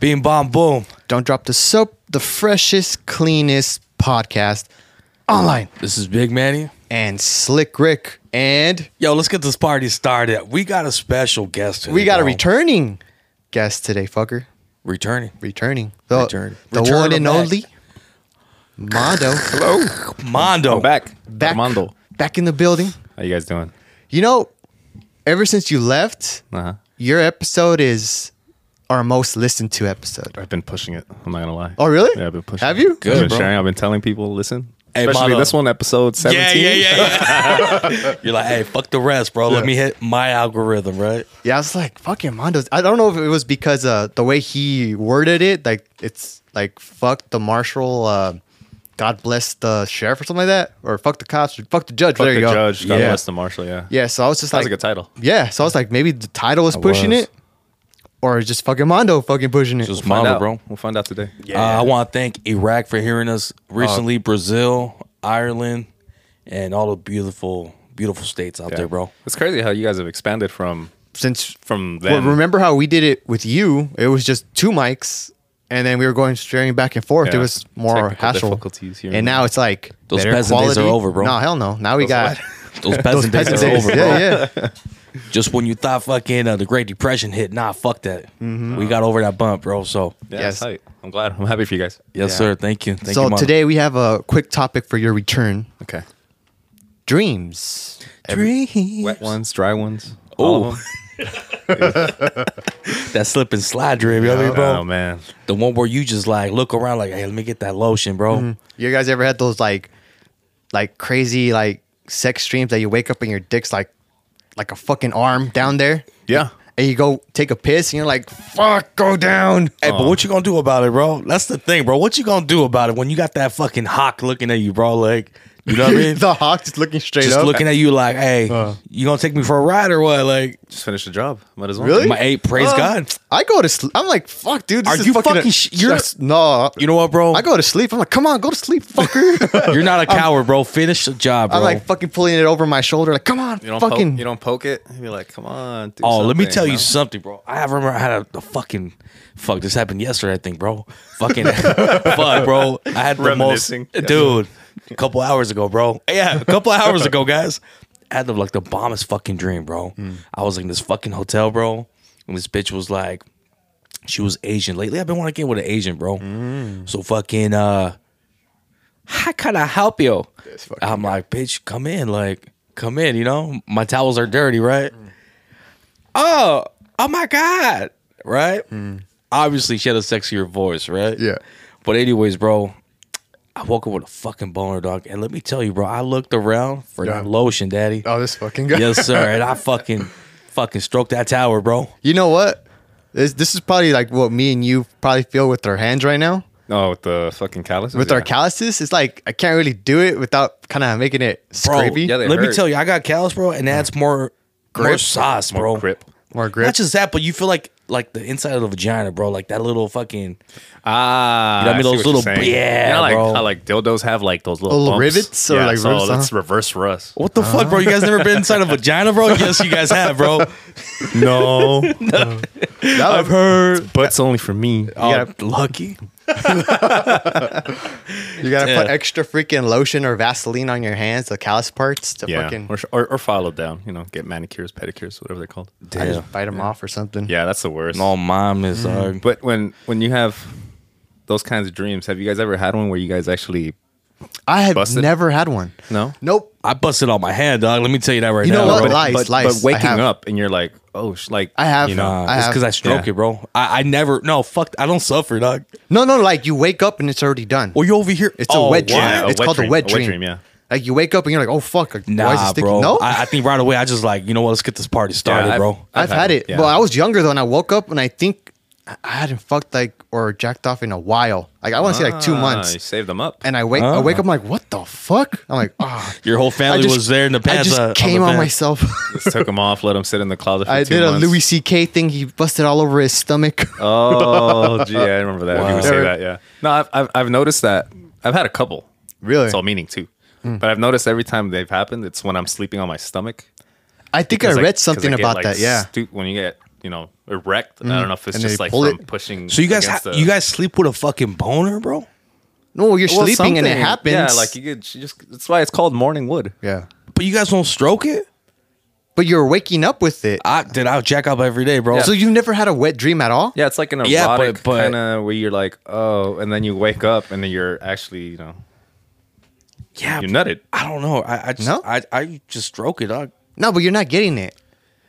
Beam bomb boom. Don't drop the soap, the freshest, cleanest podcast online. This is Big Manny. And Slick Rick. And Yo, let's get this party started. We got a special guest. Today, we got a bro. returning guest today, fucker. Returning. Returning. The, Return- the return one her and back. only Mondo. Hello. Mondo. I'm Oh. back. Back, Armando. back in the building. How you guys doing? You know, ever since you left, Uh-huh. your episode is our most listened to episode. I've been pushing it. I'm not gonna lie. Oh, really? Yeah, I've been pushing. Have it. you? Good, I've been bro. sharing. I've been telling people, listen. Hey, Especially Mondo. this one, episode Yeah, seventeen. yeah, yeah, yeah. You're like, hey, fuck the rest, bro. Let me hit my algorithm, right? Yeah, I was like, fucking Mondo's. I don't know if it was because uh, the way he worded it, like it's like fuck the marshal, uh, God bless the sheriff or something like that, or fuck the cops, or fuck the judge. Fuck there the you go. judge. God yeah. bless the marshal. Yeah. Yeah, so I was just Sounds like, like a title. yeah, so I was like, maybe the title was pushing was. it, or just fucking Mondo fucking pushing it. Just Find Mondo, out. bro. We'll find out today. Uh, I want to thank Iraq for hearing us recently, Brazil, Ireland, and all the beautiful, beautiful states out Yeah. there, bro. It's crazy how you guys have expanded from Since from well, then. remember how we did it with you? It was just two mics, and then we were going straighting back and forth. Yeah. It was more Technical hassle, difficulties here and and now it's like Those better peasant days are quality. over, bro. No, hell no. Now we got. Those peasant days peasant are days. over, bro. yeah, yeah. Just when you thought fucking uh, the Great Depression hit, nah, fuck that. We got over that bump, bro. So, Yeah, Yes. it's tight. I'm glad. I'm happy for you guys. yes, Yeah. sir. Thank you. Thank so you, Mondo. today we have a quick topic for your return: Okay. dreams. Dream. Wet ones, dry ones. Ooh. all of 'em. that slip and slide dream, you know what I mean, bro? Oh man. The one where you just like look around, like, hey, let me get that lotion, bro. You guys ever had those like, like crazy like sex dreams that you wake up and your dick's like, like a fucking arm down there, Yeah. and you go take a piss and you're like, "Fuck, go down." Hey, but what you gonna do about it, bro? That's the thing, bro. What you gonna do about it when you got that fucking hawk looking at you, bro? Like, you know what I mean? the hawk just looking straight just up. looking at you like, hey, Uh. you gonna take me for a ride or what? Like, Just finished the job. Might as well. Really? my eight, praise Uh, God. I go to sleep. I'm like, fuck, dude. This Are is you fucking? fucking sh- you're- That's- no. You know what, bro? I go to sleep. I'm like, come on, go to sleep, fucker. You're not a coward, bro. Finish the job, bro. I'm like fucking pulling it over my shoulder. Like, come on, You don't fucking. Poke, you don't poke it. You'd be like, come on. do Oh, let me something, tell you know? something, bro. I remember I had a, a fucking fuck. This happened yesterday, I think, bro. Fucking fuck, bro. I had the most Reminiscing. dude. A couple hours ago, bro. Yeah, a couple hours ago, guys. I had the, like the bombest fucking dream, bro. Hmm. I was in this fucking hotel, bro, and this bitch was like, she was Asian. Lately, I've been wanting to get with an Asian, bro. Hmm. So fucking, uh, how can I help you? I'm like, bitch, come in, like, come in. You know, my towels are dirty, right? oh, oh my God. Right? Obviously, she had a sexier voice, right? Yeah. But, anyways, bro, I woke up with a fucking boner, dog. And let me tell you, bro, I looked around for that lotion, daddy. Oh, this fucking guy. Yes, sir. And I fucking, fucking stroked that tower, bro. You know what? This, this is probably like what me and you probably feel with our hands right now. No, with the fucking calluses. With yeah. our calluses, it's like I can't really do it without kind of making it Bro, scrapey. yeah, they let me hurt. tell you, I got callus, bro, and that's more, Mm. more Grip. sauce, More bro. grip. More grip. Not just that, but you feel like, like the inside of the vagina, bro, like that little fucking. Ah, You know what I mean? see Those what you're little- saying. yeah, you know, like bro. how like dildos have like those little, Oh, Little bumps? rivets or, yeah, like, so rivets, uh-huh. huh? that's reverse for us. What the fuck, bro? You guys never been inside a vagina, bro? Yes, you guys have, bro. No, That I've would- heard. butts only for me. Oh, gotta- lucky. you gotta put Yeah. extra freaking lotion or Vaseline on your hands, the callus parts to Yeah, fucking or, or or followed down. You know, get manicures, pedicures, whatever they're called. I just bite them off or something. Yeah, that's the worst. No, mom is uh, But when when you have those kinds of dreams, have you guys ever had one where you guys actually I have Busted? never had one. no? Nope. I busted on my hand, dog. Let me tell you that right You know now. what? bro. Like- Oh, Lice, but, lice, but waking I have. up and you're like, oh, sh- like I have. You know, I it's have- because I stroke yeah. it, bro. I, I never. No, fuck. I don't suffer, dog. No, no, like you wake up and it's already done. Well, you over here. It's a Oh, wet dream. what? a it's wet called dream, a wet a wet dream. dream, yeah. Like you wake up and you're like, oh fuck, like, Nah, why is it sticky? bro. No, I, I think right away I just like you know what? Let's get this party started, I've- bro. I've, had, it. yeah. Well, I was younger though, and I woke up and I think I I hadn't fucked like or jacked off in a while. Like I want to say like two Ah, months. You saved them up. And I wake, I wake up, I'm like, what the fuck? I'm like, ah. Your whole I family just- was there in the I pants. just uh, the came on pants. myself. Just took them off, let them sit in the closet. For I two did a months. Louis C.K. thing. He busted all over his stomach. Oh, gee, I remember that. Wow. You would say that, yeah. No, I've, I've I've noticed that. I've had a couple. Really? It's all meaning too. But I've noticed every time they've happened, it's when I'm sleeping on my stomach. I think I 'Cause read 'cause something I get, about like, that. Yeah. stu- when you get you know erect. I don't know if it's And just they like pull from it. pushing. So you guys, ha- against the- you guys sleep with a fucking boner, bro? No, you're Well, sleeping and it something. happens. Yeah, like you could she just. That's why it's called morning wood. yeah. But you guys don't stroke it? But you're waking up with it. I did. I jack up every day, bro. So you've never had a wet dream at all? Yeah, it's like an erotic Yeah, but- but- kind of where you're like, oh, and then you wake up and then you're actually, you know, yeah, you nutted. I don't know. I, I just, No? I, I just stroke it. I, No, but you're not getting it.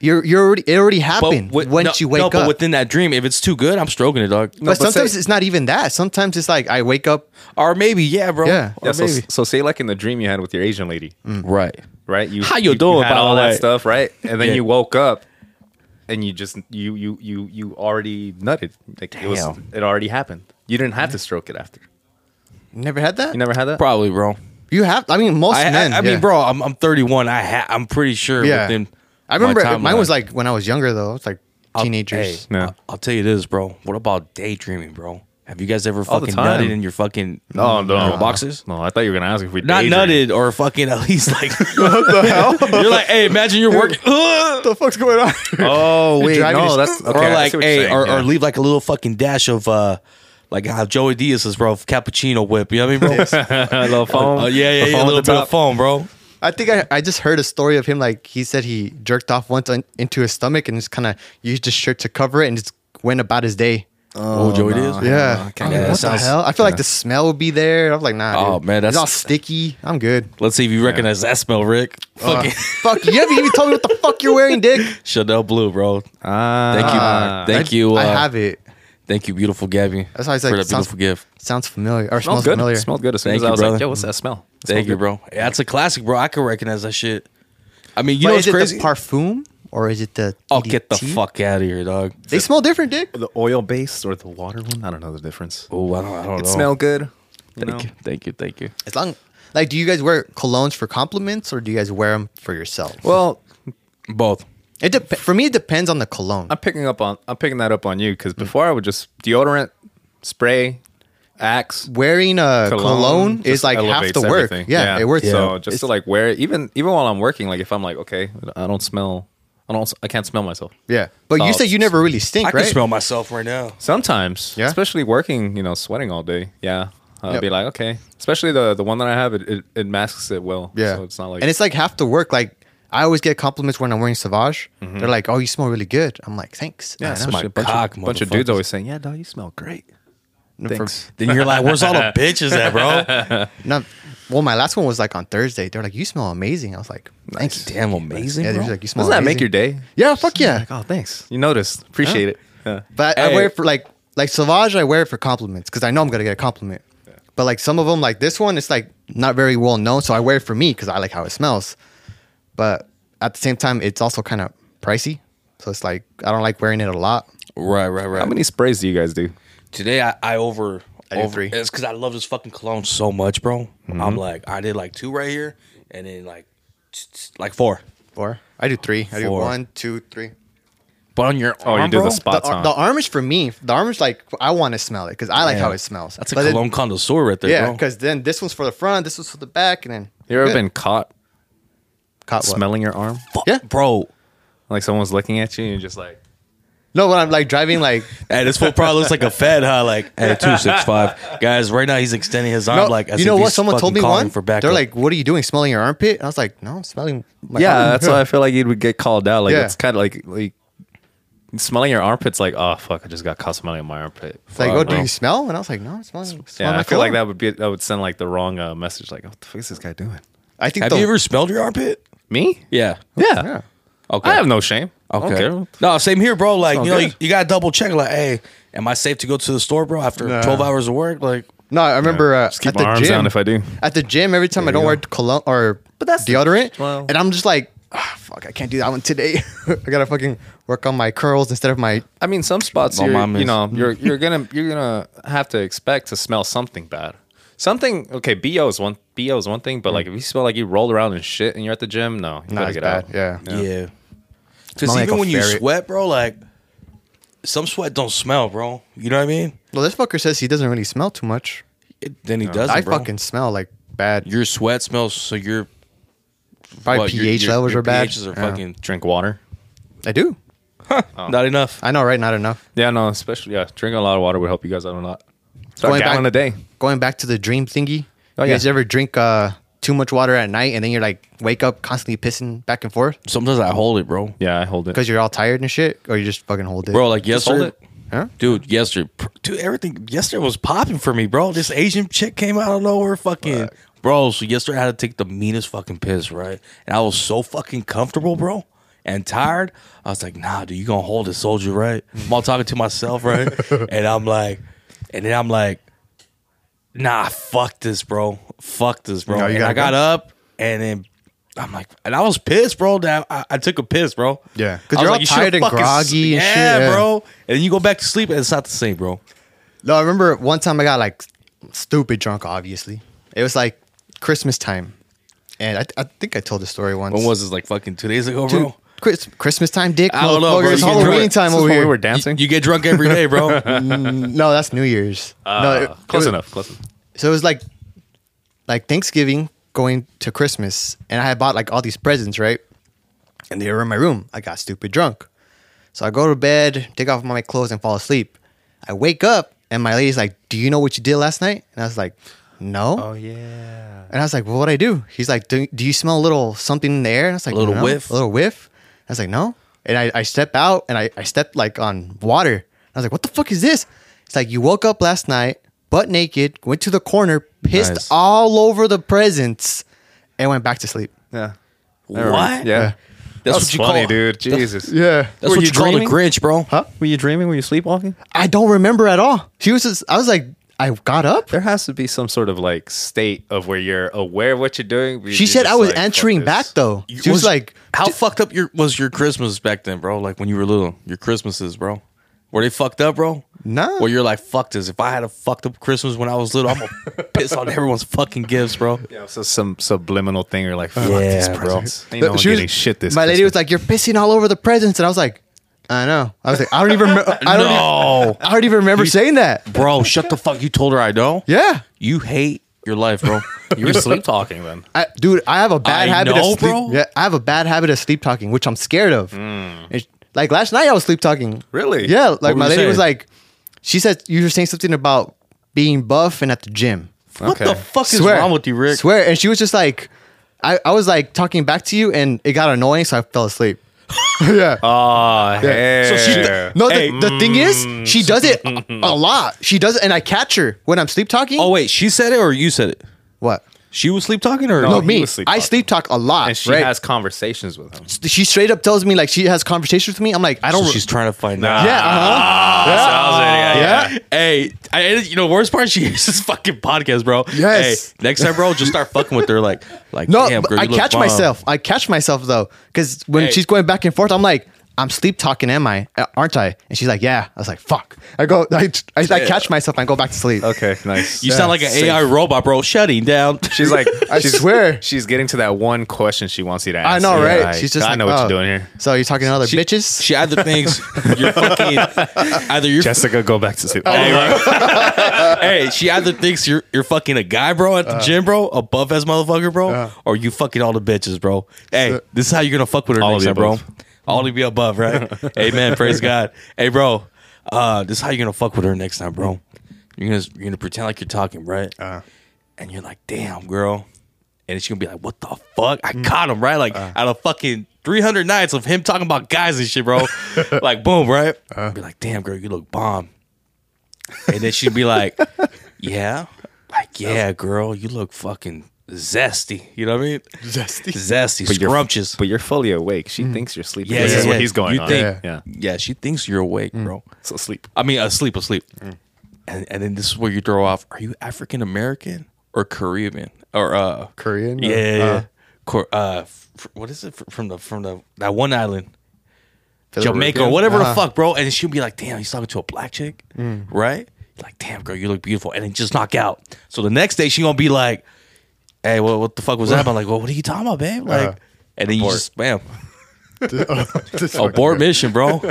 You're you're already it already happened wi- once no- you wake no, up. but within that dream, if it's too good, I'm stroking it, dog. but, but sometimes say- it's not even that. Sometimes it's like I wake up. Or maybe, yeah, bro. Yeah. Or Yeah, so, maybe. so say like in the dream you had with your Asian lady, right. right? You How you doing, had by the all way? that stuff, right? And then Yeah. you woke up and you just you you you you already nutted. Like it was Damn. it already happened. You didn't have to stroke it after. Never had that. You never had that? Probably, bro. You have. I mean, most I, men. I, I mean, yeah. bro, I'm, I'm 31. I ha- I'm pretty sure Yeah. within. I remember my mine timeline. was like when I was younger though. It's like I'll- teenagers. hey, No. I'll, I'll tell you this, bro. What about daydreaming, bro? Have you guys ever All the fucking time. nutted in your fucking Oh no, your boxes? No, I thought you were gonna ask if we Not daydream. nutted or fucking at least like You're like, hey, imagine you're working, What the fuck's going on? Oh wait, driving no, is- that's okay, or I like, see what you're hey, saying, or, yeah. or leave like a little fucking dash of uh, like how Joey Diaz is, bro, cappuccino whip. You know what I mean, bro? a little foam. Oh yeah, yeah, yeah, a the foam at little the bit of top. foam, bro. I think I, I just heard a story of him. Like he said he jerked off once on, into his stomach and just kind of used his shirt to cover it and just went about his day. Oh, Joey Diaz. Yeah. can't I'm do like, that. what Sounds- the hell? I feel like the smell would be there. I'm like, nah. Oh, dude. man, it's that's- all sticky. I'm good. Let's see if you recognize that smell, Rick. Uh, Fucking fuck, you haven't even told me what the fuck you're wearing, Dick. Chanel Blue, bro. Ah, Thank you, thank you, uh, I have it. thank you, beautiful Gabby. That's why I was for like, that sounds- beautiful gift. Sounds familiar or Smells smells, good. familiar. Smelled good as soon Thank as you, I was brother. like, "Yo, what's that smell?" It Thank smells you, good. bro. Yeah, That's a classic, bro. I can recognize that shit. I mean, you But know is what's it crazy? the parfum or is it the? oh, get the EDT? fuck out of here, dog. They smell different, Dick. The oil based or the water one? I don't know the difference. Oh, I don't, I don't It know. smell good. You Thank know? you, thank you, thank you. As long, like, do you guys wear colognes for compliments or do you guys wear them for yourself? Well, Both. It dep for me, it depends on the cologne. I'm picking up on I'm picking that up on you Mm. because before I would just deodorant, spray, axe, Wearing a cologne, just is like half elevates the work. Yeah, everything. it works. So out. just It's- to like wear it, even even while I'm working, like if I'm like okay, I don't smell, I don't, I can't smell myself. yeah. But you Oh, said you never really stink, I right? can smell myself right now. Sometimes, Yeah? especially working, you know, sweating all day. Yeah, I'll Yep. be like okay. Especially the the one that I have, it it, it masks it well. Yeah. so it's not like and it's like half the work. Like I always get compliments when I'm wearing Sauvage. They're like, "Oh, you smell really good." I'm like, "Thanks." yeah, I know. my especially a bunch, cock, of, bunch of dudes motherfuckers. always saying, yeah, dog, you smell great. Thanks. Then you're like, where's all the bitches at, bro? Not, well, my last one was like on Thursday. They're like, "You smell amazing." I was like, "Thank you." Damn, amazing. Yeah, bro. they're like, "You smell." Doesn't that make amazing." your day? Yeah, fuck yeah. Like, oh, thanks. You noticed. Appreciate it. Yeah. But I Hey. wear it for like like Sauvage. I wear it for compliments because I know I'm gonna get a compliment. But like some of them, like this one, it's like not very well known, so I wear it for me because I like how it smells. But at the same time, it's also kind of pricey, so it's like I don't like wearing it a lot. right, right, right. How many sprays do you guys do? Today I, I over did over three. Mm-hmm. It's because I love this fucking cologne so much, bro. I'm like, I did like two right here, and then like t- t- like four. Four. I do three. I do Four. one, two, three. But on your Oh, arm, you do bro, the The, spots on. the arm is for me. The arm is like I want to smell it because I like Yeah. how it smells. That's a But it- cologne connoisseur right there, yeah, bro. because then this one's for the front, this one's for the back, and then you ever Good. been caught caught what? smelling your arm? Fuck, yeah. bro. Like someone's looking at you and you're just like, No, when I'm like driving, like Hey, this fool probably looks like a fed, huh? Like, hey, two six five guys. Right now, he's extending his arm, No, like as you know if what? he's Someone told fucking me calling one. for backup. They're like, "What are you doing? Smelling your armpit?" I was like, "No, I'm smelling." My "Oh, yeah, arm." that's why I feel like you would get called out. Like Yeah. it's kind of like like smelling your armpit's like, oh fuck, I just got caught smelling my armpit. It's like, Fuck, "Oh, do bro. you smell?" And I was like, "No, I'm smelling." smell Yeah, my I feel like cologne." that would be that would send like the wrong uh, message. Like, what the fuck is this guy doing? I think. have the, you ever smelled your armpit? Me? Yeah. Yeah. Yeah. Okay. I have no shame. Okay. No, same here, bro. Like, all you know, you, good. you gotta double check. Like, hey, am I safe to go to the store, bro? After Nah. twelve hours of work, like, No, I remember uh, Just keep at the my arms gym. down if I do. At the gym, every time I don't wear cologne or But that's- deodorant, well- and I'm just like, "Ah, "Fuck, I can't do that one today. I gotta fucking work on my curls instead of my." I mean, some spots My you're, mom you is- know you're you're gonna you're gonna have to expect to smell something bad. Something okay. Bo is one. Bo is one thing, but like if you smell like you rolled around and shit and you're at the gym, no, you Not gotta as get bad. out. Yeah. yeah. Because Smell like even a when you ferret. sweat, bro, like, some sweat don't smell, bro. You know what I mean? Well, this fucker says he doesn't really smell too much. It, then he doesn't. I bro. fucking smell like bad. your sweat smells. So your Probably what, your- pH your- levels your are bad. pHs are Yeah. fucking. Drink water. I do. Not enough. I know, right? Not enough. Yeah, no, especially yeah, drinking a lot of water would help you guys out a lot. Start Going gallon back- a day. Going back to the dream thingy. Oh, you guys yeah. ever drink uh, too much water at night and then you're like wake up constantly pissing back and forth Sometimes I hold it, bro. Yeah, I hold it. because you're all tired and shit, or you just fucking hold it, Bro, like Just hold yesterday. it. Huh? Dude, yesterday, pr- dude, everything yesterday was popping for me, bro. This Asian chick came out of nowhere, fucking, bro. So yesterday I had to take the meanest fucking piss, right? And I was so fucking comfortable, bro, and tired. I was like, nah, dude, you gonna hold it, soldier, right? I'm all talking to myself, right? and I'm like, and then I'm like, nah, fuck this, bro. Fuck this, bro. No, you and I gotta go. got up, and then I'm like, and I was pissed, bro. That I, I took a piss, bro. Yeah. 'Cause I was you're all you should've tired and fucking groggy and shit, yeah, yeah. bro. And then you go back to sleep, and it's not the same, bro. No, I remember one time I got like stupid drunk. Obviously, it was like Christmas time, and I, I think I told the story once. When was this? Like fucking two days ago, bro. Dude, Chris, Christmas time, dick? I don't know, motherfucker. bro. It's You can do Halloween it. time This is over when here. we were You- dancing. You, get drunk every day, bro. No, that's New Year's. no, Uh, it- it close was- enough. Close enough. So it was like, like Thanksgiving going to Christmas, and I had bought like all these presents, right? And they were in my room. I got stupid drunk, so I go to bed, take off my clothes, and fall asleep. I wake up, and my lady's like, "Do you know what you did last night?" And I was like, "No." Oh, yeah. And I was like, well, what'd I do? He's like, do, do you smell a little something in the air? And I was like, A little "No." whiff? A little whiff. I was like, no. And I, I step out and I, I step like on water. I was like, what the fuck is this? It's like, you woke up last night, butt naked, went to the corner, pissed Nice. all over the presents, and went back to sleep. Yeah. what? Yeah. That's That's what you funny, call- dude. Jesus. Yeah. That's Were what you you, call a dreaming? Grinch, bro. Huh? Were you dreaming? Were you sleepwalking? I don't remember at all. She was just, I was like, I got up. There has to be some sort of like state of where you're aware of what you're doing. but She you're said just I was like, fuck answering this. back though. She was, like, how fucked up your was your Christmas back then, bro? Like when you were little, your Christmases, bro. Were they fucked up, bro? Nah. Well, you're like, fuck this. If I had a fucked up Christmas when I was little, I'm gonna piss on everyone's fucking gifts, bro. Yeah, so some subliminal thing. You're like, fuck Yeah, these bro. presents. You The- know, I'm she was- getting shit this. My lady was like, Christmas. "You're pissing all over the presents," and I was like, "I know." I was like, "I don't even. remember I don't. No. Even, I don't even remember saying that." Bro, shut the fuck. You told her I know. Yeah, You hate your life, bro. you were sleep talking then. I, dude, I have a bad I habit know, of sleep. bro. Mm. Yeah, I have a bad habit of sleep talking, which I'm scared of. It's- like last night, I was sleep talking. Really? Yeah. Like What my were you lady was saying? like, she said you were saying something about being buff and at the gym. What Okay. the fuck is swear wrong with you, Rick? Swear, and she was just like, I, I was like talking back to you, and it got annoying, so I fell asleep. yeah. Oh, yeah. So she- Eh. No, Hey. Mm. the, the thing is, she does it a a lot. She does it, and I catch her when I'm sleep talking. Oh wait, she said it or you said it? what? She Oh, was sleep talking or No, he me. was sleep I talking. sleep talk a lot. and she right? has conversations with him. She straight up tells me like she has conversations with me. I'm like, I don't. So re- she's Ah. trying to find out. yeah. Uh-huh. yeah. Hey, I, you know, worst part, she hears this fucking podcast, bro. Yes. Hey, next time, bro, just start fucking with her, like, like. No, damn, but girl, I you look catch bomb. myself. I catch myself though, because when Hey. she's going back and forth, I'm like, I'm sleep talking, am I? Uh, Aren't I? And she's like, Yeah. I was like, Fuck. I go. I, I, I catch myself. and I go back to sleep. Okay, nice. You sound like an AI robot, bro. Shutting down. She's like, I she's, swear. she's getting to that one question she wants you to I answer. know, You're right? like, she's just. I like, know what "Oh, you're doing here. So you're talking to other bitches? she either thinks you're fucking, either you're. Jessica, go back to Oh, sleep. hey, bro. Hey, she either thinks you're you're fucking a guy, bro, at the gym, bro, a buff ass motherfucker, bro, or you fucking all the bitches, bro. Hey, this is how you're gonna fuck with her All of next the time, bro. above. All of you above, right? Amen. Praise God. Hey, bro, uh, this is how you're gonna fuck with her next time, bro. You're gonna you're gonna pretend like you're talking, right? and you're like, damn, girl. And she's gonna be like, what the fuck? I caught him, right? Like, out of fucking 300 nights of him talking about guys and shit, bro. like, boom, right? be like, damn, girl, you look bomb. And then she'd be like, yeah. Like, yeah, girl, you look fucking zesty. You know what I mean? Zesty. Zesty, But you're- scrumptious. But you're fully awake. Mm. She thinks you're sleeping. Yeah, this yeah, is yeah. what he's going You on. think- yeah. yeah. yeah, she thinks you're awake, bro. So sleep. I mean, asleep, asleep. And, and then this is where you throw off: Are you African American or Caribbean or uh Korean or- Yeah, yeah, yeah. uh, Cor- uh, f- what is it fr- from the from the that one island, Jamaica, Philippine? or whatever Uh-huh. Mm. the fuck, bro? And she'll be like, "Damn, he's talking to a black chick, right?" Like, "Damn, girl, you look beautiful," and then just knock out. So the next day she gonna be like, "Hey, what what the fuck was that?" about?" like, "Well, what are you talking about, babe?" Like, Uh, and then you just bam, Oh, This one. abort mission, bro.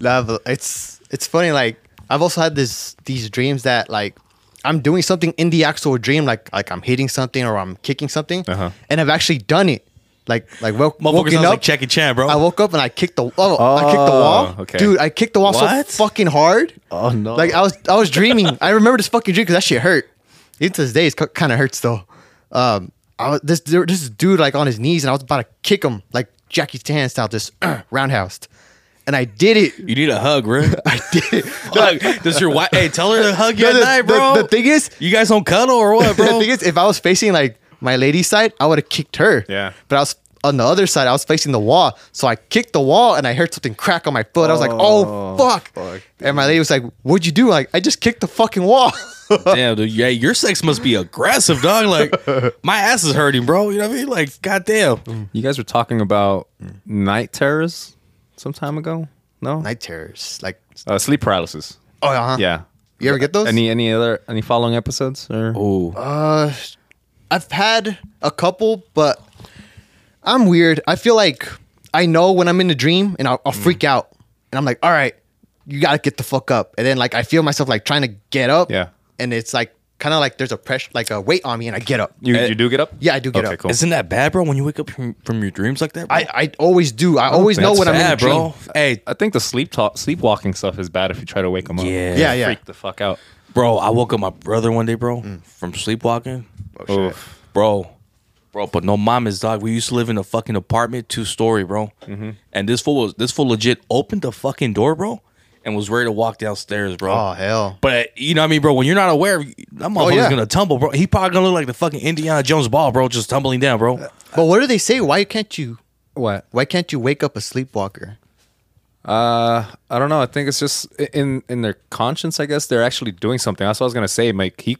Love. It's it's funny. Like I've also had this these dreams that like I'm doing something in the actual dream, like like I'm hitting something or I'm kicking something, Uh-huh. and I've actually done it. like like woke, Motherfucker woken sounds up. like Jackie Chan, bro. I woke up and I kicked the oh, I kicked the wall. okay. Dude, I kicked the wall What? so fucking hard. Oh, no. Like I was I was dreaming. I remember this fucking dream because that shit hurt. Even to this day, it kind of hurts though. Um, I was this there- this dude like on his knees and I was about to kick him like Jackie Chan style, just roundhoused, and I did it. you need a hug, bro. I did it. Hug. Does your wife? Hey, tell her to hug you No, at the- night, the- bro. the thing is- you guys don't cuddle or what, the bro? thing is, if I was facing like my lady's side, I would have kicked her. Yeah. But I was on the other side. I was facing the wall, so I kicked the wall and I heard something crack on my foot. I was like, "Oh Oh, fuck!" fuck, and my lady was like, "What'd you do?" Like, I just kicked the fucking wall. Damn, dude. Yeah, your sex must be aggressive, dog. Like my ass is hurting, bro. You know what I mean? Like, Mm. goddamn. You guys were talking about night terrors some time ago? No? Night terrors, like, Uh, sleep paralysis. oh uh-huh. Yeah. You ever get those? Any any other any following episodes or Ooh. Uh, I've had a couple, but I'm weird. I feel like I know when I'm in a dream and I'll, I'll freak out and I'm like, all right, you got to get the fuck up. And then like, I feel myself like trying to get up. Yeah. And it's like, kind of like there's a pressure, like a weight on me and I get up. you Eh, you do get up? yeah, I do get okay, up. Cool. Isn't that bad, bro? When you wake up from, from your dreams like that, bro? I, I always do. I always know that's when I'm in a bad, dream. Oh, bro. Hey, I think the sleep talk sleepwalking stuff is bad if you try to wake them up. Yeah. Yeah, yeah. Freak the fuck out. bro. I woke up my brother one day, bro, Mm. from sleepwalking. Oh, Oof. bro. Bro, but no mamas, dog. We used to live in a fucking apartment, two story, bro. Mm-hmm. And this fool was this fool legit opened the fucking door, bro, and was ready to walk downstairs, bro. Oh, hell. But you know what I mean, bro. When you're not aware, that motherfucker's yeah. gonna tumble, bro. He probably gonna look like the fucking Indiana Jones ball, bro, just tumbling down, bro. But what do they say? Why can't you? What? Why can't you wake up a sleepwalker? Uh, I don't know. I think it's just i- in in their conscience. I guess they're actually doing something. That's what I was gonna say. Like he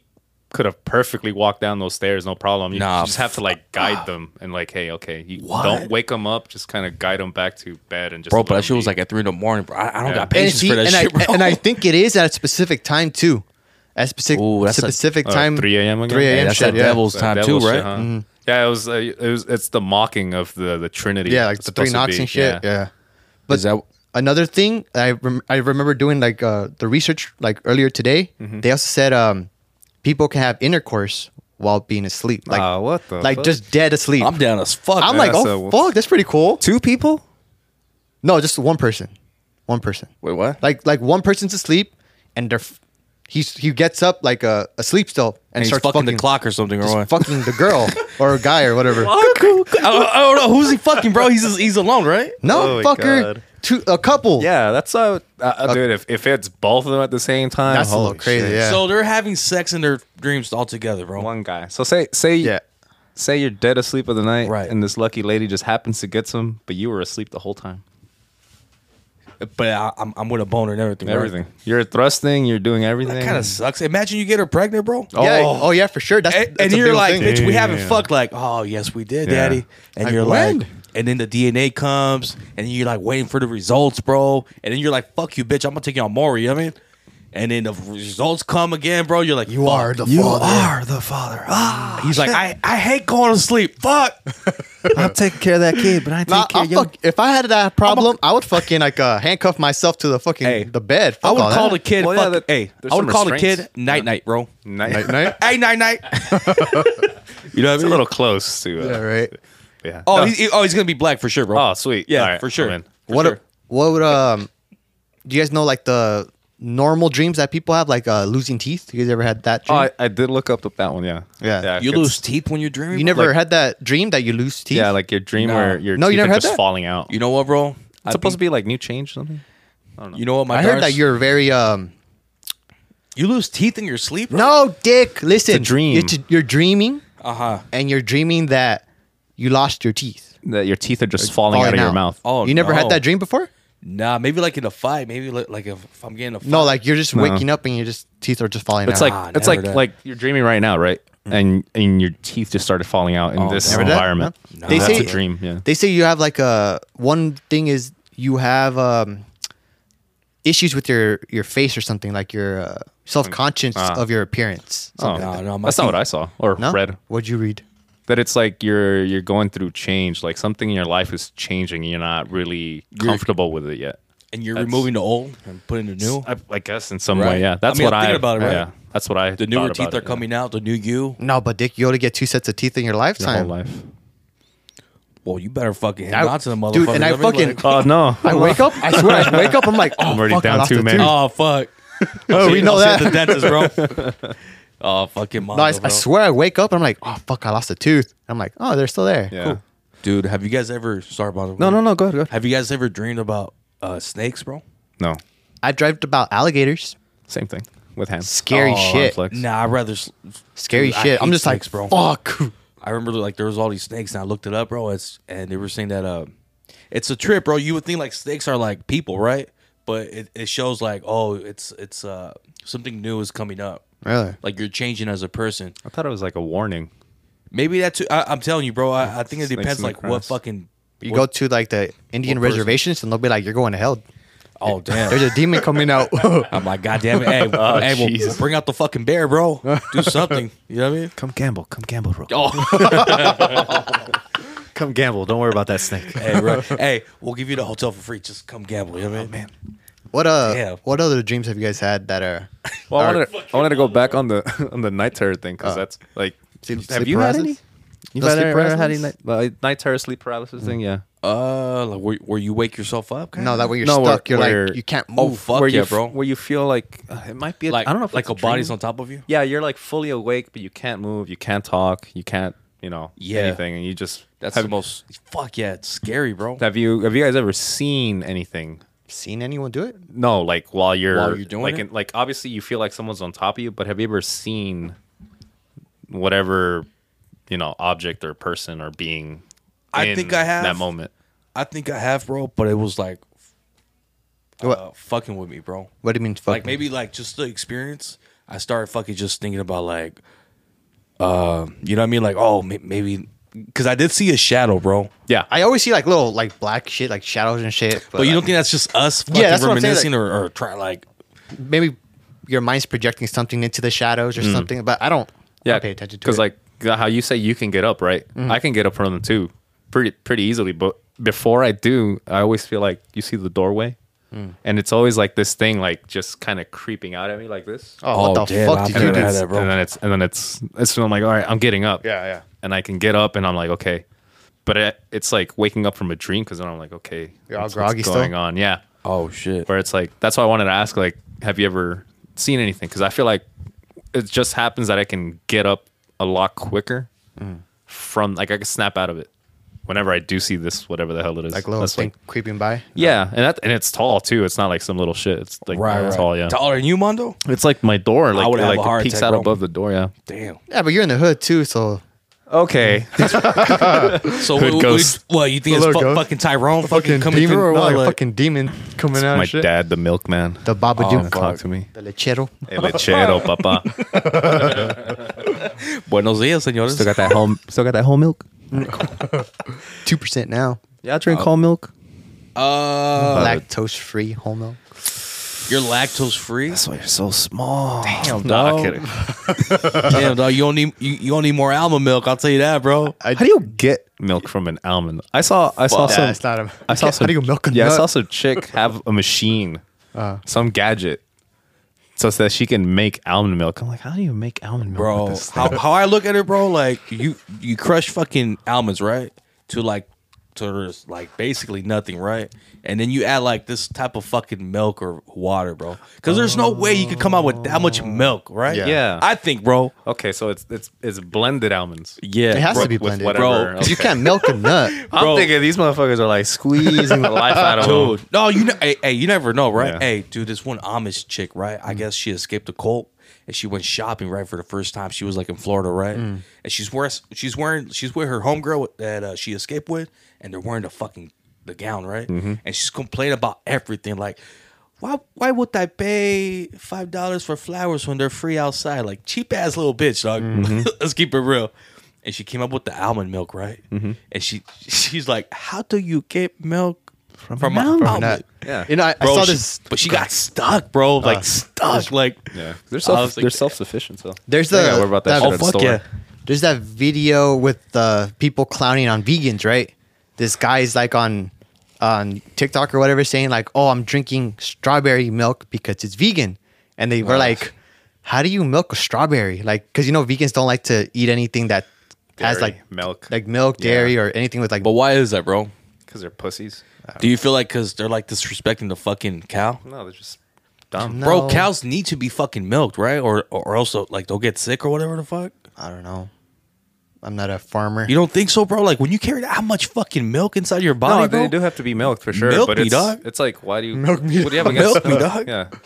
could have perfectly walked down those stairs, no problem. You Nah, just have to like guide them and like, hey, okay, you What? don't wake them up. Just kind of guide them back to bed and just. Bro, but let that 'em shit was be. like at three in the morning, bro. I, I don't Yeah. got patience see- for that and shit, I, bro. and I think it is at a specific time too. At specific Ooh, that's a- specific Uh, time. 3 a.m. again? 3 Hey, a.m. that's shit, that yeah. devil's That time devil too, shit, right? huh? Mm-hmm. Yeah, it was. Uh, it was. It's the mocking of the the Trinity. Yeah, like It's the three supposed to knocks be, and shit. Yeah. But Is that- another thing I rem- I remember doing like uh, the research like earlier today. Mm-hmm. They also said um, people can have intercourse while being asleep. Like Ah, what the Like fuck? just dead asleep. I'm I'm, down as fuck. man. like, that's oh a- fuck, that's pretty cool. Two people. No, just one person, one person. wait, what? Like like one person's asleep, and they're f- he's he gets up like uh, asleep still and, and he's starts fucking, the clock or something, or just what? fucking the girl or a guy or whatever. I, don't- I don't know who's he fucking, bro. He's just, he's alone, right? No, Oh my fucker. God. Two, a couple. Yeah, that's uh, uh, dude. If, if it's both of them at the same time, That's a holy little crazy. shit. Yeah. So they're having sex in their dreams all together, bro. One guy. So say say yeah. say you're dead asleep of the night, Right. And this lucky lady just happens to get some, but you were asleep the whole time. But I, I'm, I'm with a boner and everything. right? Everything. You're thrusting. You're doing everything. That kind of sucks. Imagine you get her pregnant, bro. Oh. Yeah. Oh, yeah, for sure. That's, and, that's and a you're big like, thing. bitch, we haven't Yeah. fucked. Like, oh yes, we did, Yeah. daddy. And Like, you're when? like, and then the DNA comes, and you're like waiting for the results, bro. And then you're like, fuck you, bitch. I'm gonna take you on Maury. You know what I mean? And then the results come again, bro. You're like, You are the you father." are the father. Ah, he's like, I, I hate going to sleep. Fuck. I'll take care of that kid, but I Nah, I'll fuck, if I had that problem, I would fucking like uh, handcuff myself to the fucking Hey, the bed. Fuck I would all call the that. kid. Well, yeah, fuck, that- hey, there's I would some call the restraints. kid night night, bro. Night, night. Hey, night night. you know what I mean? It's a little close to. Uh, Yeah, right. Yeah. Oh, No. he's, he- oh, he's gonna be black for sure, bro. Oh, sweet. Yeah, All right, for sure. I'm in. For what sure. what would um? Do you guys know like the normal dreams that people have, like uh, losing teeth? You guys ever had that? Oh, Dream? I, I did look up th- that one. Yeah. Yeah. you it's- lose teeth when you're dreaming. you bro? never had that dream that you lose teeth? Yeah, like your dream No. where your No, you teeth never are had just that? falling out. You know what, bro? it's supposed to be like new change or something. be. You know what? My I heard darts- that you're very um. You lose teeth in your sleep. Bro? No, Dick. Listen, dream. It's a- you're dreaming, Uh huh. and you're dreaming that you lost your teeth. That your teeth are just falling, out of your mouth. Oh, you never no. had that dream before? Nah, maybe like in a fight. Maybe like, like if, if I'm getting a fight. No, like you're just waking up and your just teeth are just falling It's out. like Ah, it's never like that. like you're dreaming right now, right? And and your teeth just started falling out in this never Remember that? environment. No. No. They That's say a dream. Yeah. They say you have like a one thing is you have um issues with your your face or something like your uh, self conscious Ah. of your appearance. Oh, No, no, my that's not what teeth- I saw or No, read. What'd you read? That it's like you're you're going through change, like something in your life is changing, and you're not really comfortable with it yet. and you're That's- removing the old and putting the new. I, I guess in some Right. way, yeah. I That's mean, what I'm thinking I. about it, right? Yeah, that's what I. The thought newer about teeth it, are coming out. The new you. No, but Dick, you only get two sets of teeth in your lifetime. Yeah. Your whole life. well, you better fucking hang I- on to the motherfucker. dude, and I Let me, fucking- like, Oh no! I wake up. I swear, I wake up. I'm like, oh, I'm already fuck, I down lost two a men. tooth. oh fuck. Oh, we know I'll see that. you at the dentist, bro. oh fucking mom. No, I, I swear, I wake up and I'm like, oh fuck, I lost a tooth. I'm like, oh, they're still there. Yeah. Cool. dude. Have you guys ever? Sorry, by the way. No, no, no. Go ahead. Go ahead. Have you guys ever dreamed about uh, snakes, bro? No. I dreamt about alligators. Same thing with hands. Scary Oh, shit. reflex. Nah, I rather. s- Scary Dude, I shit. I'm hate just like, snakes, bro. fuck. I remember like there was all these snakes, and I looked it up, bro. It's and they were saying that uh, it's a trip, bro. You would think like snakes are like people, right? But it, it shows like oh, it's it's uh something new is coming up. Really? Like you're changing as a person. I thought it was like a warning. Maybe that's. I, I'm telling you, bro. I, I think it Snakes depends in the like what grass. fucking. You what- go to like the Indian what person? reservations and they'll be like, you're going to hell. Oh damn. There's a demon coming out. I'm like, God damn it. Hey, hey well, Jesus. bring out the fucking bear, bro. Do something. You know what I mean? Come gamble. Come gamble, bro. Oh, Come gamble. Don't worry about that snake. hey, bro. Hey, we'll give you the hotel for free. Just come gamble. You know what I mean? man. what uh? Damn. What other dreams have you guys had that are? Well, I are- wanted, to, I wanted to go back on the on the night terror thing Uh, because Oh. that's like. Sleep- have sleep you had any? paralysis? You've No had sleep ever had any paralysis? night, like, night terror, sleep paralysis thing? Mm. Yeah. Uh, like where, where you wake yourself up? kinda? no, that way you're No, where- stuck. You're where- like, you can't Oh, move. fuck where yeah, you f- bro. Where you feel like uh, it might be. A, like, I don't know. If like a, it's body's dream. on top of you. Yeah, you're like fully awake, but you can't move. You can't talk. You can't. You know. Yeah. Anything, and you just. That's have, the most. Fuck yeah, it's scary, bro. Have you Have you guys ever seen anything? Oh. Seen anyone do it? No, like while you're While you're doing like it? in, like obviously you feel like someone's on top of you, but have you ever seen whatever you know object or person or being? I in think I have. that moment. I think I have, bro, but it was like uh, What? fucking with me, bro. What do you mean? Fuck like maybe like just the experience. I started fucking just thinking about like, uh, you know what I mean? Like, oh, may- maybe because I did see a shadow, bro. Yeah, I always see like little like black shit, like shadows and shit. But, But you like, don't think that's just us fucking Yeah, that's what I'm saying, reminiscing or, or trying like maybe your mind's projecting something into the shadows or Hmm. something. But I don't. I yeah. don't pay attention to it. Mm-hmm. because like how you say you can get up, right? I can get up from them too, pretty pretty easily. But before I do, I always feel like you see the doorway, Mm. and it's always like this thing, like just kind of creeping out at me like this. oh, what oh, the damn, I fuck did you forgot do? about This? that, bro. And then it's and then it's it's when I'm like, all right, I'm getting up. Yeah, yeah. And I can get up, and I'm like, okay, but it, it's like waking up from a dream because then I'm like, okay, You're all what's- groggy what's still? going on? Yeah, oh shit. where it's like that's why I wanted to ask, like, have you ever seen anything? Because I feel like it just happens that I can get up a lot quicker from like I can snap out of it whenever I do see this whatever the hell it is. Like little That's thing like- creeping by. yeah, and that and it's tall too. It's not like some little shit. It's like Right, right. tall. Yeah, Taller than you, Mondo? it's like my door. Like, would it, have like a it heart peeks attack, out bro. above the door. Yeah. Damn. Yeah, but you're in the hood too, so Okay. So Hood what, ghost. what you think Hello, it's fu- ghost. fucking Tyrone fucking, coming demon, through or no, what? like Like- fucking demon coming out. my and shit. dad, Oh, the milkman. the Babadook, fuck. talk to me. the lechero. El lechero, papa. Buenos dias, señores. Still got that whole, still got that whole milk. Two percent now, Yeah, I drink whole milk. Uh, lactose free whole milk. you're lactose free. why you're so small. Damn, dog. Damn, dog. You don't need you, you don't need more almond milk. I'll tell you that, bro. How do you get milk from an almond? I saw, I saw Fuck. Nah, some. it's not a- I saw How some. do you milk a yeah, I nut? Uh. saw some chick have a machine, some gadget, so that she can make almond milk. I'm like, how do you make almond milk, with bro. this thing? How, how I look at it, bro, like you you crush fucking almonds, right? To like to just, like basically nothing, right? And then you add like this type of fucking milk or water, bro. Because there's no way you could come out with that much milk, right? Yeah. Yeah. I think, bro. Okay, so it's it's it's blended almonds. Yeah, It has bro. to be with blended, whatever. Bro, Because you can't milk a nut. Bro. I'm thinking these motherfuckers are like squeezing the life out of them. Dude, Oh, no, you know, hey, hey, you never know, right? Yeah. Hey, dude, this one Amish chick, right? I guess she escaped a cult and she went shopping, right, for the first time. She was like in Florida, right? And she's wearing, she's wearing, she's with her homegirl that uh, she escaped with, and they're wearing the fucking the gown, right? And she's complaining about everything, like. Why, why would I pay five dollars for flowers when they're free outside? Like cheap ass little bitch, dog. Let's keep it real. And she came up with the almond milk, right? And she she's like, "How do you get milk from, an an almond?" A nut. Yeah. You know, I, I bro, saw she- this. but she got stuck, bro. Like stuck. Uh, Like Yeah, they're I self was like- they're self sufficient. So There's They gotta the- worry about that- that. shit Oh, at the fuck store. yeah. There's that video with uh, people clowning on vegans, right? This guy's like on on TikTok or whatever saying like, "Oh, I'm drinking strawberry milk because it's vegan," and they were like, "How do you milk a strawberry?" Like, because you know vegans don't like to eat anything that has Dairy, like milk. like milk, dairy, or anything with like But why is that, bro? because they're pussies. Do you feel like because they're like disrespecting the fucking cow? No, they're just dumb. No. Bro, cows need to be fucking milked, right? Or or else they'll- like they'll get sick or whatever the fuck. I don't know. I'm not a farmer. You don't think so, bro? Like when you carry that, how much fucking milk inside your No, body, they bro? do have to be milked for sure. Milk but me, it's, dog. it's like why do you Milk me, what do you have dog. against Milk me, that? dog. Yeah,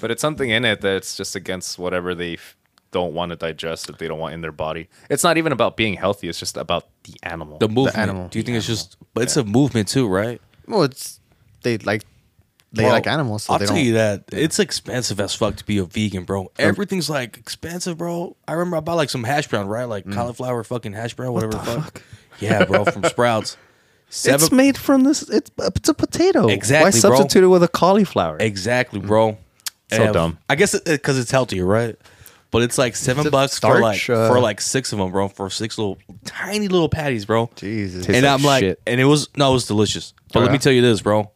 but it's something in it that's just against whatever they f- don't want to digest that they don't want in their body. It's not even about being healthy. It's just about the animal. the movement. animal. Do you think it's just? But it's a movement too, right? Well, it's they like they Bro, like animals, so I'll they tell don't. Um, you that it's expensive as fuck to be a vegan, bro. Everything's like expensive, bro. I remember I bought like some hash brown, right? Mm. Like cauliflower, fucking hash brown, whatever the fuck. Yeah, bro, from Sprouts. Seven, made from this. It's it's a potato. Exactly, bro. it with a cauliflower? Mm. exactly, bro. So And dumb. I guess because it, 'cause it's healthier, right? But it's like seven It's bucks for like starch, uh, for like six of them, bro. For six little tiny little patties, bro. Jesus. Tastes and like I'm like, shit. and it was no, it was delicious. But let yeah? me tell you this, bro.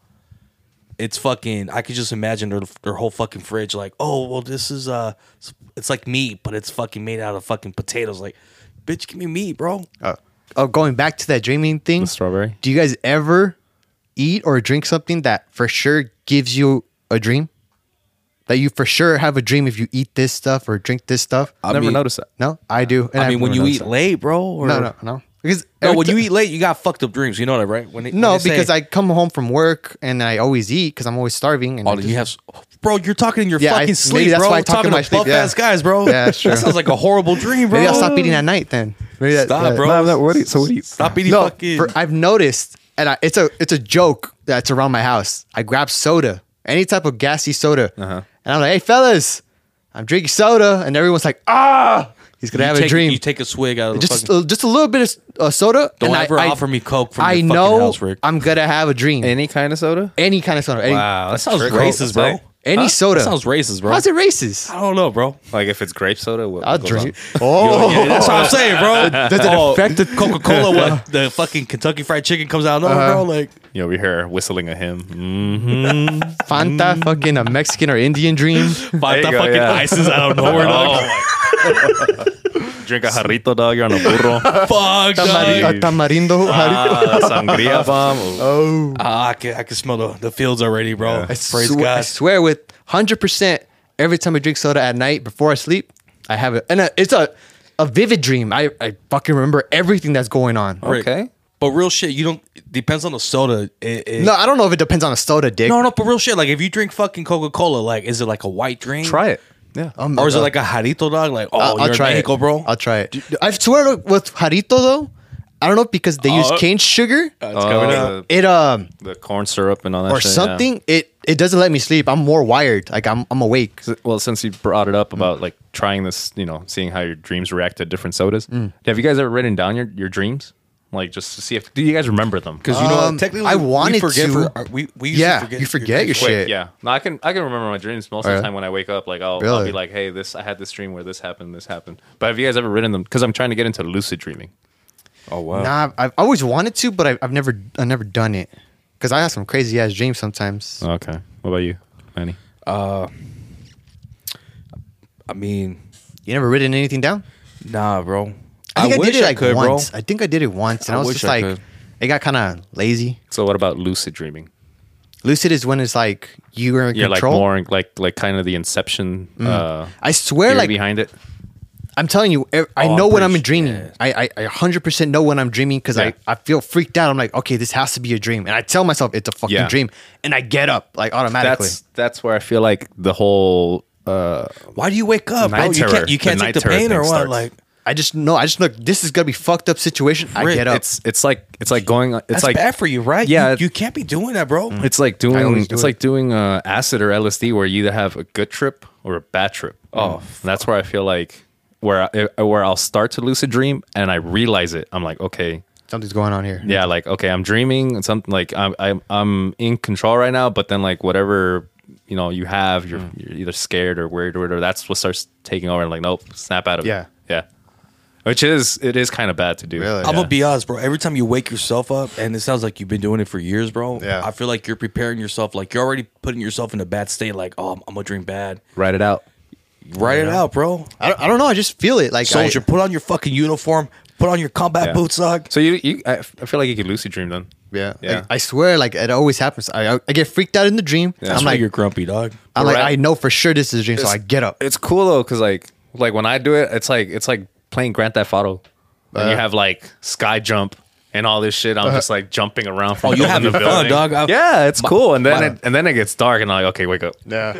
It's fucking. I could just imagine their their whole fucking fridge. Like, oh well, this is uh, it's, it's like meat, but it's fucking made out of fucking potatoes. Like, bitch, give me meat, bro. Uh, oh, going back to that dreaming thing. The strawberry? Do you guys ever eat or drink something that for sure gives you a dream? That you for sure have a dream if you eat this stuff or drink this stuff. I Never mean- noticed that. no, I do. and I I've mean, when never you noticed eat late, bro. Or, that. no, no, no, because No, every when you ti- eat late, you got fucked up dreams. You know that, right? When they- no, when they say- because I come home from work and I always eat because I'm always starving. And I Oh, then just- you have, bro. You're talking in your Yeah, I- fucking maybe sleep, that's bro. why I talk talking in to my sleep, buff yeah. ass guys, bro. Yeah, that's true. That sounds like a horrible dream, bro. maybe I'll stop eating at night then. Maybe that- Stop, that- bro. No, that- what do you- so what do you- Stop eating No, fucking. for- I've noticed, and I, it's a it's a joke that's around my house. I grab soda, any type of gassy soda, Uh-huh. and I'm like, "Hey, fellas, I'm drinking soda," and everyone's like, "Ah, he's gonna you have take, a dream." You take a swig out of the just fucking. uh, just a little bit of s- uh, soda. Don't and I- ever I, offer me Coke from I your fucking know house, Rick. I'm gonna have a dream. Any kind of soda? any kind of soda. Any, that sounds trick- racist, bro. Like- any Huh? soda. That sounds racist, bro. How's it racist? I don't know, bro. Like if it's grape soda, what, I'll what goes drink. on? Oh, Yeah, that's what I'm saying, bro. Oh. Does it affect the- Coca Cola? What the fucking Kentucky Fried Chicken comes out, no, Uh-huh. bro. Like, You over here whistling a hymn. Mm. Fanta, fucking a Mexican or Indian dream. Fanta you go, fucking yeah. ices out of nowhere, dog. Drink a jarrito, dog. You're on a burro. Fuck, Tamari- dog. a tamarindo. Ah, sangria bomb. oh. Ah, I can I can smell the, the fields already, bro. I, Praise swear- I God. swear with 100% every time I drink soda at night before I sleep, I have it. And uh, it's a, a vivid dream. I, I fucking remember everything that's going on. Rick, Okay. But real shit, you don't depends on the soda. It, it, No, I don't know if it depends on a soda, dick. no, no, but real shit. Like if you drink fucking Coca Cola, like is it like a white drink? Try it. Yeah. Um, Or is it uh, like a jarrito dog? Like oh, I'll, you're I'll in try Mexico, it. bro. I'll try it. I swear with Jarito, though, I don't know because they use Uh, cane sugar. it's coming Oh, up. it, um, The, the corn syrup and all that or shit, yeah. something, it, it doesn't let me sleep. I'm more wired. Like, I'm, I'm awake. Well, since you brought it up about like trying this, you know, seeing how your dreams react to different sodas, have you guys ever written down your, your dreams? Like just to see if do you guys remember them? Because you know, Um, technically, I we wanted forget to. for- uh, we, we usually Yeah, forget you forget your dreams. shit. Oh, Wait, yeah. No, I can I can remember my dreams most of Alright. the time when I wake up. Like I'll, I'll Really? be like, hey, this I had this dream where this happened, this happened. But have you guys ever written them? Because I'm trying to get into lucid dreaming. Oh wow. Nah, I've, I've always wanted to, but I've, I've never I've never done it because I have some crazy ass dreams sometimes. Oh. Okay. What about you, Manny? I mean, You never written anything down? nah, bro. I think I, wish did it like I could, once. bro. I think I did it once, and I I, was wish just I like, could. it got kind of lazy. So what about lucid dreaming? Lucid is when it's like you are in Yeah, like control. more like like kind of the inception uh I swear, theory like behind it. I'm telling you, ev- I Oh, I'm know when pretty I'm sure- dreaming. I, I I 100% know when I'm dreaming because Yeah. I I feel freaked out. I'm like, okay, this has to be a dream, and I tell myself it's a fucking Yeah. dream, and I get up like automatically. That's that's where I feel like the whole uh Why do you wake up, bro? Night You terror. can't, you The can't night take the terror pain or thing what? starts. Like, I just know. I just know this is gonna be fucked up situation. I Rick, get up. it's it's like it's like going it's that's like bad for you, right? Yeah. you, you can't be doing that, bro. Mm. It's like doing always do it's it. like doing uh, acid or LSD where you either have a good trip or a bad trip. Oh, that's where I feel like where I, where I'll start to lucid dream and I realize it. I'm like, okay, Something's going on here. yeah, like okay, I'm dreaming and something like I'm I'm I'm in control right now, but then like whatever you know you have, Mm. you're, you're either scared or worried or whatever. That's what starts taking over. and like, nope, snap out of Yeah. it. Yeah, yeah. Which is it is kind of bad to do. Really? I'm Yeah. gonna be honest, bro. Every time you wake yourself up, and it sounds like you've been doing it for years, bro. Yeah. I feel like you're preparing yourself. Like you're already putting yourself in a bad state. Like, oh, I'm, I'm gonna drink bad. write it out. Write it out, bro. I don't, I don't know. I just feel it. Like I- Soldier, put on your fucking uniform. Put on your combat Yeah. boots, dog. So you, you, I, I feel like you could lucid dream then. Yeah, Yeah. Like, I swear, like it always happens. I I I get freaked out in the dream. Yeah. I'm That's why like, you're grumpy, dog. I'm like, Right. I know for sure this is a dream, so It's- I get up. It's cool though, cause like, like when I do it, it's like, it's like playing Grand Theft Auto. And Uh-huh. you have like sky jump and all this shit. I'm just like jumping around from Oh, you building having to fun, building. dog. I've- yeah, it's cool. And then my- it, and then it gets dark, and I'm like, okay, wake up. Yeah.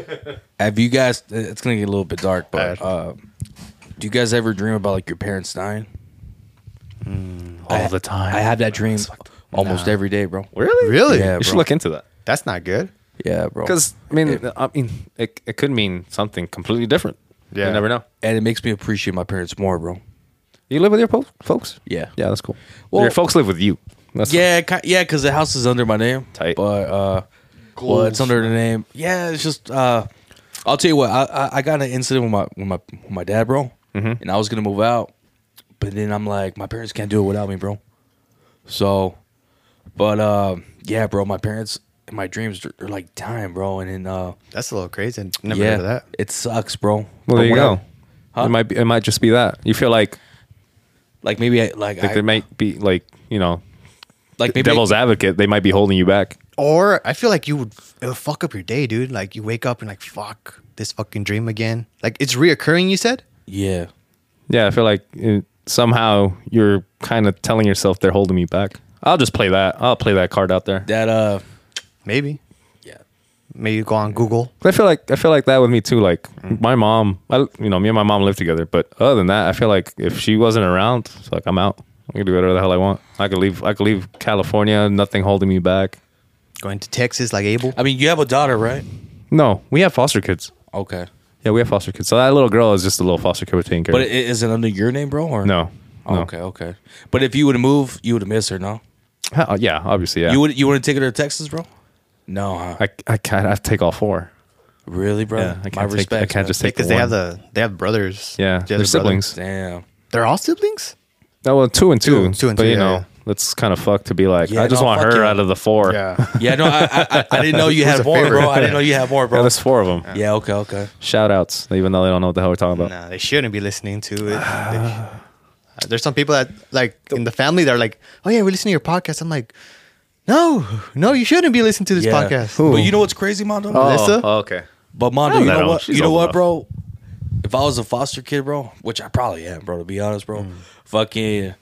Have you guys? It's gonna get a little bit dark, but Alright. uh, do you guys ever dream about like your parents dying? all I- the time. I have that dream almost every day, bro. really, Really? Yeah, You should bro. look into that. That's not good. Yeah, bro. Because I mean, I mean, it, it could mean something completely different. Yeah. you never know. and it makes me appreciate my parents more, bro. You live with your po- folks. Yeah. yeah, that's cool. Well- your folks live with you. That's Yeah, ki- yeah, because the house is under my name. Tight. But uh, well, it's under the name. Yeah, it's just uh, I'll tell you what. I, I I got in an incident with my with my with my dad, bro, Mm-hmm. and I was gonna move out, but then I'm like, my parents can't do it without me, bro. So, but uh, yeah, bro, my parents in my dreams they're, they're like dying, bro, and then uh, That's a little crazy. I Never yeah, heard of that. it sucks, bro. Well, But there you when I- go. It might be, it might just be that you feel like like maybe I, like like I, they might be like you know like maybe devil's advocate. They might be holding you back. Or I feel like you would it would fuck up your day, dude. Like you wake up and like fuck this fucking dream again. Like it's reoccurring. You said. yeah. Yeah, I feel like it, somehow you're kind of telling yourself they're holding me back. I'll just play that. I'll play that card out there. That uh, Maybe. yeah. Maybe you go on Google. I feel like I feel like that with me too. Like my mom, I, you know, me and my mom live together. But other than that, I feel like if she wasn't around, it's like I'm out. I can do whatever the hell I want. I could leave. I could leave California. Nothing holding me back. Going to Texas like Abel. I mean, you have a daughter, right? No, we have foster kids. Okay. Yeah, we have foster kids. So that little girl is just a little foster kid we're taking care But of. it, is it under your name, bro? Or no, Oh, no. Okay, okay. But if you would move, you would have missed her, no? Hell, yeah, obviously, yeah. You would you would have taken her to Texas, bro? No, huh? I, I can't. I take all four. really, bro? Yeah, I My can't take. respect. I can't just take Because they have one. the they have brothers. The Yeah, they're other brother. siblings. Damn. They're all siblings. No, well, two and two. Two- two and but two, you yeah, know, yeah. that's kind of fucked to be like. Yeah, I just no, want fuck her yeah. out of the four. Yeah, no, I I, I- I didn't know you had Who's a more, bro. favorite? I didn't know you had more, Yeah, bro. there's four of them. Yeah, okay, okay. Shout outs, even though they don't know what the hell we're talking about. Nah, they shouldn't be listening to it. They- uh, There's some people that like in the family that are like, oh yeah, we listen to your podcast. I'm like, no, no, you shouldn't be listening to this Yeah. podcast. But you know what's crazy, Mondo? Melissa? Oh, okay. But Mondo, I you don't know know. what? She's You know old what, enough. bro? If I was a foster kid, bro, which I probably am, bro, to be honest, bro, Mm. fucking,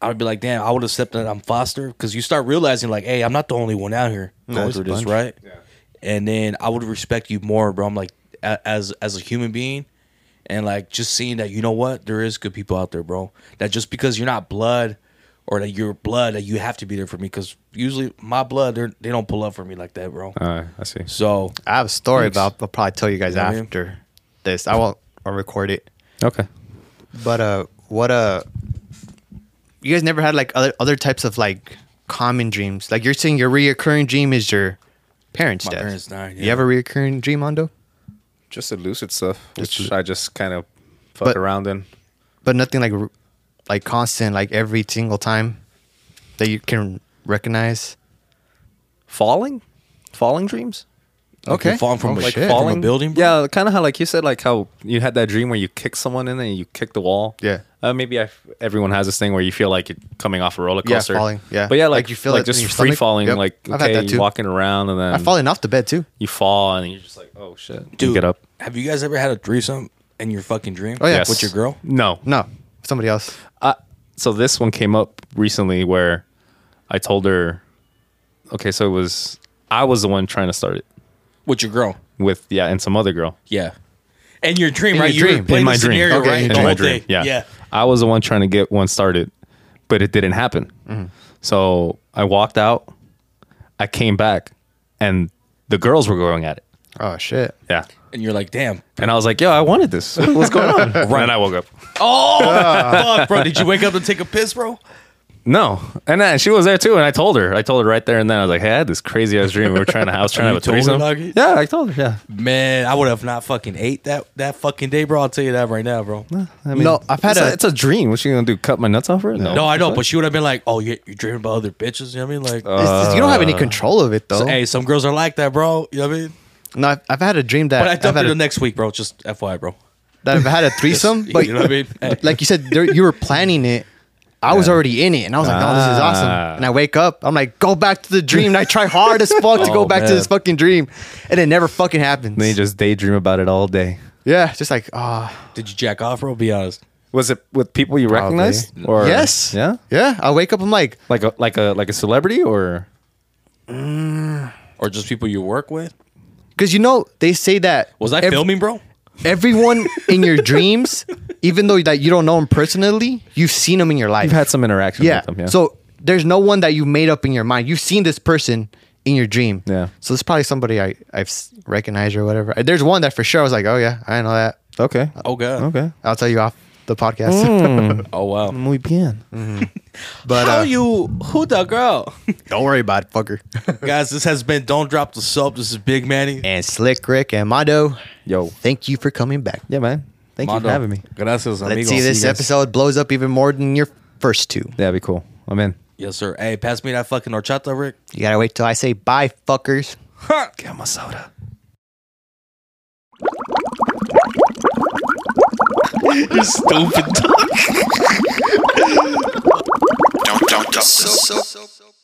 I would be like, damn, I would have stepped that I'm foster because you start realizing, like, hey, I'm not the only one out here No, going there's through a this, bunch. right? And then I would respect you more, bro. I'm like, a- as as a human being, and like just seeing that, you know what, there is good people out there, bro. That just because you're not blood. Or that you're blood, that you have to be there for me, because usually my blood, they're- they don't pull up for me like that, bro. Uh, I see. So I have a story about. I'll probably tell you guys Yeah, man. after this. I won't. I'll record it. Okay. But uh, what uh, you guys never had like other other types of like common dreams? Like you're saying, your reoccurring dream is your parents' My death. parents' dying, You yeah. have a reoccurring dream, Mondo, Just the lucid stuff, Just which lu- I just kind of fuck But- around in. but nothing like r- like constant, like every single time that you can recognize. Falling, falling dreams. Like you're falling from a- Oh, like from a falling? building, bro? Yeah, kind of how like you said, like how you had that dream where you kick someone in and you kick the wall. Yeah. Uh, maybe I, everyone has this thing where you feel like you're coming off a roller Yeah, coaster. falling, yeah. But yeah, like, Like you you feel feel like it in just your free stomach. falling. Yep. Like I've had okay, that you're too. walking around and then I've fallen off the bed too. you fall and you're just like, oh shit, You Dude, get up. Have you guys ever had a threesome in your fucking dream? Oh, yeah. With your girl? No, No, somebody else. I, so this one came up recently where I told her, okay, so it was I was the one trying to start it With your girl? with yeah, and some other girl Yeah. In your dream, In right? your you dream. were playing in my the dream. scenario, Okay, right? in The my whole dream. thing. Yeah. yeah. I was the one trying to get one started, but it didn't happen. Mm-hmm. So I walked out, I came back, and the girls were going at it. Oh shit. Yeah. And you're like, damn. And I was like, yo, I wanted this. What- What's going on? right. And then I woke up. Oh, fuck, bro. Did you wake up to take a piss, bro? No. And then she was there too. And I told her. I told her right there and then I was like, hey, I had this crazy ass dream. We were trying to, I was trying to have a You told her, threesome. Nagi? yeah, I told her. Yeah. Man, I would have not fucking ate that, that fucking day, bro. I'll tell you that right now, bro. No, I No, I've had it's a- It's a dream. What's she gonna do? Cut my nuts off her? No, I know, but she would have been like, oh, you're, you're dreaming about other bitches. You know what I mean? Like, Uh, It's just- you don't have any control of it though. Uh, so, hey, some girls are like that, bro. You know what I mean? no, I've, I've had a dream that. But I I've dumped had her a- the next week, bro. Just FYI, bro. that have had a threesome, You but know what I mean? Hey. like you said, there, you were planning it. I was already in it, and I was like, "No, this is awesome." Ah. And I wake up, I'm like, "Go back to the dream." And I try hard as fuck to go Oh, back to man. this fucking dream, and it never fucking happens. Then you just daydream about it all day. yeah, just like ah, Did you jack off, bro? Be honest. Was it with people you Probably. recognized? Or yes, yeah? yeah. I wake up, I'm like, Like a like a like a celebrity or Or just people you work with? because you know they say that Was I ev- filming, bro? everyone in your dreams, even though that you don't know them personally, you've seen them in your life. You've had some interaction yeah. with them. Yeah. So there's no one that you made up in your mind. You've seen this person in your dream. Yeah. So it's probably somebody I I've s- recognized or whatever. There's one that for sure I was like, oh yeah, I know that. okay. Oh god. Okay. I'll tell you off the podcast. Hmm. Oh wow. Muy bien. but How uh, you who the girl? don't worry about it, fucker. Guys, this has been Don't Drop the Soap. This is Big Manny. and Slick Rick and Mado, Yo. thank you for coming back. Yeah, man. Thank you Mando. for having me. Gracias, Let's amigos. see this You guys- episode blows up even more than your first two. That'd be cool. I'm in. Yes, sir. Hey, pass me that fucking horchata, Rick. You gotta wait till I say bye, fuckers. Get my soda. Don't, don't, don't. So, so, so.